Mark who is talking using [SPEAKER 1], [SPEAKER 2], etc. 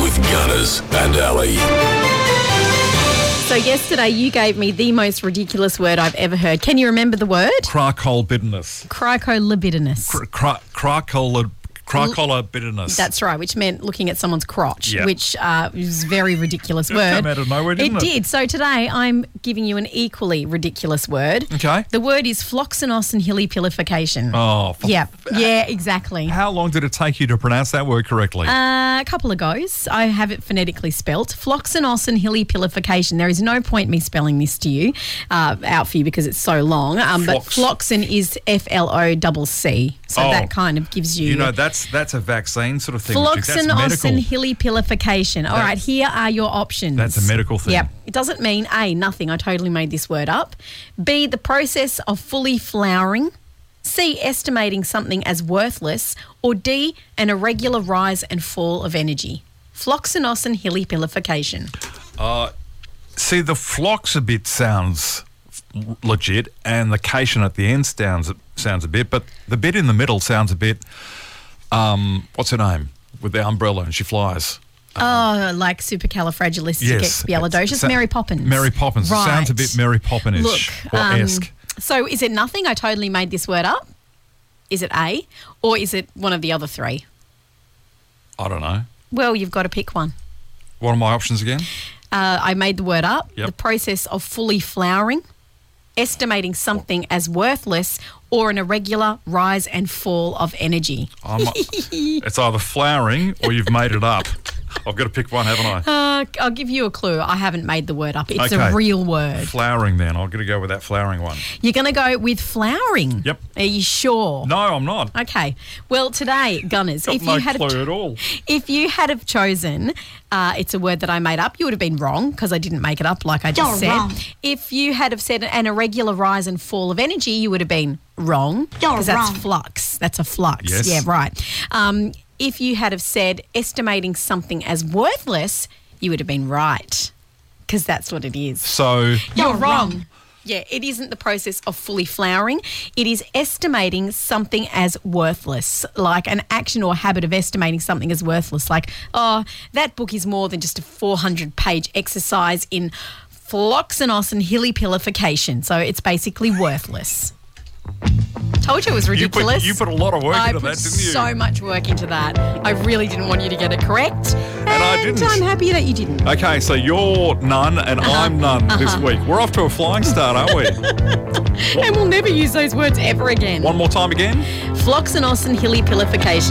[SPEAKER 1] Smithers and Ali.
[SPEAKER 2] So yesterday you gave me the most ridiculous word I've ever heard. Can you remember the word?
[SPEAKER 3] Cricolibidinis.
[SPEAKER 2] Cricolibidinous.
[SPEAKER 3] Cr- cri- Cricolib- Cricolibidinis.
[SPEAKER 2] That's right, which meant looking at someone's crotch,
[SPEAKER 3] Yeah.
[SPEAKER 2] which uh, is a very ridiculous
[SPEAKER 3] It
[SPEAKER 2] word.
[SPEAKER 3] came out of nowhere, didn't it?
[SPEAKER 2] did. So today I'm giving you an equally ridiculous word.
[SPEAKER 3] Okay.
[SPEAKER 2] The word is floxenos and hilipilification.
[SPEAKER 3] Oh, for-
[SPEAKER 2] Yeah, yeah, exactly.
[SPEAKER 3] How long did it take you to pronounce that word correctly?
[SPEAKER 2] Uh, a couple of goes. I have it phonetically spelt. Floxenos and hilipilification. There is no point me spelling this to you, uh, out for you because it's so long. Um, but
[SPEAKER 3] Flox.
[SPEAKER 2] floxen is F L O double C. So
[SPEAKER 3] Oh.
[SPEAKER 2] that kind of gives you.
[SPEAKER 3] you know, that's that's a vaccine sort of thing. Richard. That's
[SPEAKER 2] Floxenos and
[SPEAKER 3] medical.
[SPEAKER 2] hilipilification. All right,
[SPEAKER 3] That's-
[SPEAKER 2] here are your options.
[SPEAKER 3] That's a medical thing.
[SPEAKER 2] Yep. It doesn't mean A, nothing. I totally made this word up. B, the process of fully flowering. C, estimating something as worthless. Or D, an irregular rise and fall of energy. Floxenos and hilipilification.
[SPEAKER 3] See, the flocks a bit sounds f- legit, and the cation at the end sounds sounds a bit, but the bit in the middle sounds a bit. Um, what's her name with the umbrella and she flies?
[SPEAKER 2] Oh, like supercalifragilisticexpialidocious.
[SPEAKER 3] It's- it's-
[SPEAKER 2] Mary Poppins.
[SPEAKER 3] Mary Poppins. It
[SPEAKER 2] Right.
[SPEAKER 3] sounds a bit Mary Poppins
[SPEAKER 2] Look,
[SPEAKER 3] or
[SPEAKER 2] um,
[SPEAKER 3] esque.
[SPEAKER 2] So is it nothing? I totally made this word up. Is it A or is it one of the other three? um,
[SPEAKER 3] I don't know.
[SPEAKER 2] Well, you've got to pick one.
[SPEAKER 3] What are my options again?
[SPEAKER 2] Uh, I made the word up.
[SPEAKER 3] Yep.
[SPEAKER 2] The process of fully flowering, estimating something as worthless, or an irregular rise and fall of energy.
[SPEAKER 3] I'm, it's either flowering or you've made it up. I've got to pick one, haven't I?
[SPEAKER 2] Uh, I'll give you a clue. I haven't made the word up. It's
[SPEAKER 3] Okay.
[SPEAKER 2] a real word.
[SPEAKER 3] Flowering then. I'm going to go with that flowering one.
[SPEAKER 2] You're going to go with flowering.
[SPEAKER 3] Yep.
[SPEAKER 2] Are you sure?
[SPEAKER 3] No, I'm not.
[SPEAKER 2] Okay. Well, today, Gunners,
[SPEAKER 3] Got
[SPEAKER 2] if
[SPEAKER 3] no
[SPEAKER 2] you had
[SPEAKER 3] clue
[SPEAKER 2] a
[SPEAKER 3] at all.
[SPEAKER 2] If you had have chosen, uh, it's a word that I made up. You would have been wrong because I didn't make it up, like I just
[SPEAKER 4] You're
[SPEAKER 2] said.
[SPEAKER 4] wrong.
[SPEAKER 2] If you had have said an irregular rise and fall of energy, you would have been wrong
[SPEAKER 4] You're
[SPEAKER 2] because that's
[SPEAKER 4] wrong.
[SPEAKER 2] flux. That's a flux.
[SPEAKER 3] Yes.
[SPEAKER 2] Yeah, right. Um, if you had have said estimating something as worthless, you would have been right because that's what it is.
[SPEAKER 3] So
[SPEAKER 2] You're,
[SPEAKER 4] You're
[SPEAKER 2] wrong.
[SPEAKER 4] wrong.
[SPEAKER 2] Yeah, it isn't the process of fully flowering. It is estimating something as worthless, like an action or habit of estimating something as worthless. Like, oh, that book is more than just a 400 page exercise in floxenos and hilipilification. So it's basically worthless. Told you it was
[SPEAKER 3] you put,
[SPEAKER 2] ridiculous.
[SPEAKER 3] you put a lot of work
[SPEAKER 2] I
[SPEAKER 3] into
[SPEAKER 2] put
[SPEAKER 3] that, didn't you?
[SPEAKER 2] so much work into that. I really didn't want you to get it correct. And,
[SPEAKER 3] I didn't.
[SPEAKER 2] I'm happy that you didn't.
[SPEAKER 3] Okay, so you're none and I'm none this
[SPEAKER 2] Uh-huh.
[SPEAKER 3] week. We're off to a flying start, aren't we?
[SPEAKER 2] And we'll never use those words ever again.
[SPEAKER 3] One more time again.
[SPEAKER 2] Floxenos and hilipilification.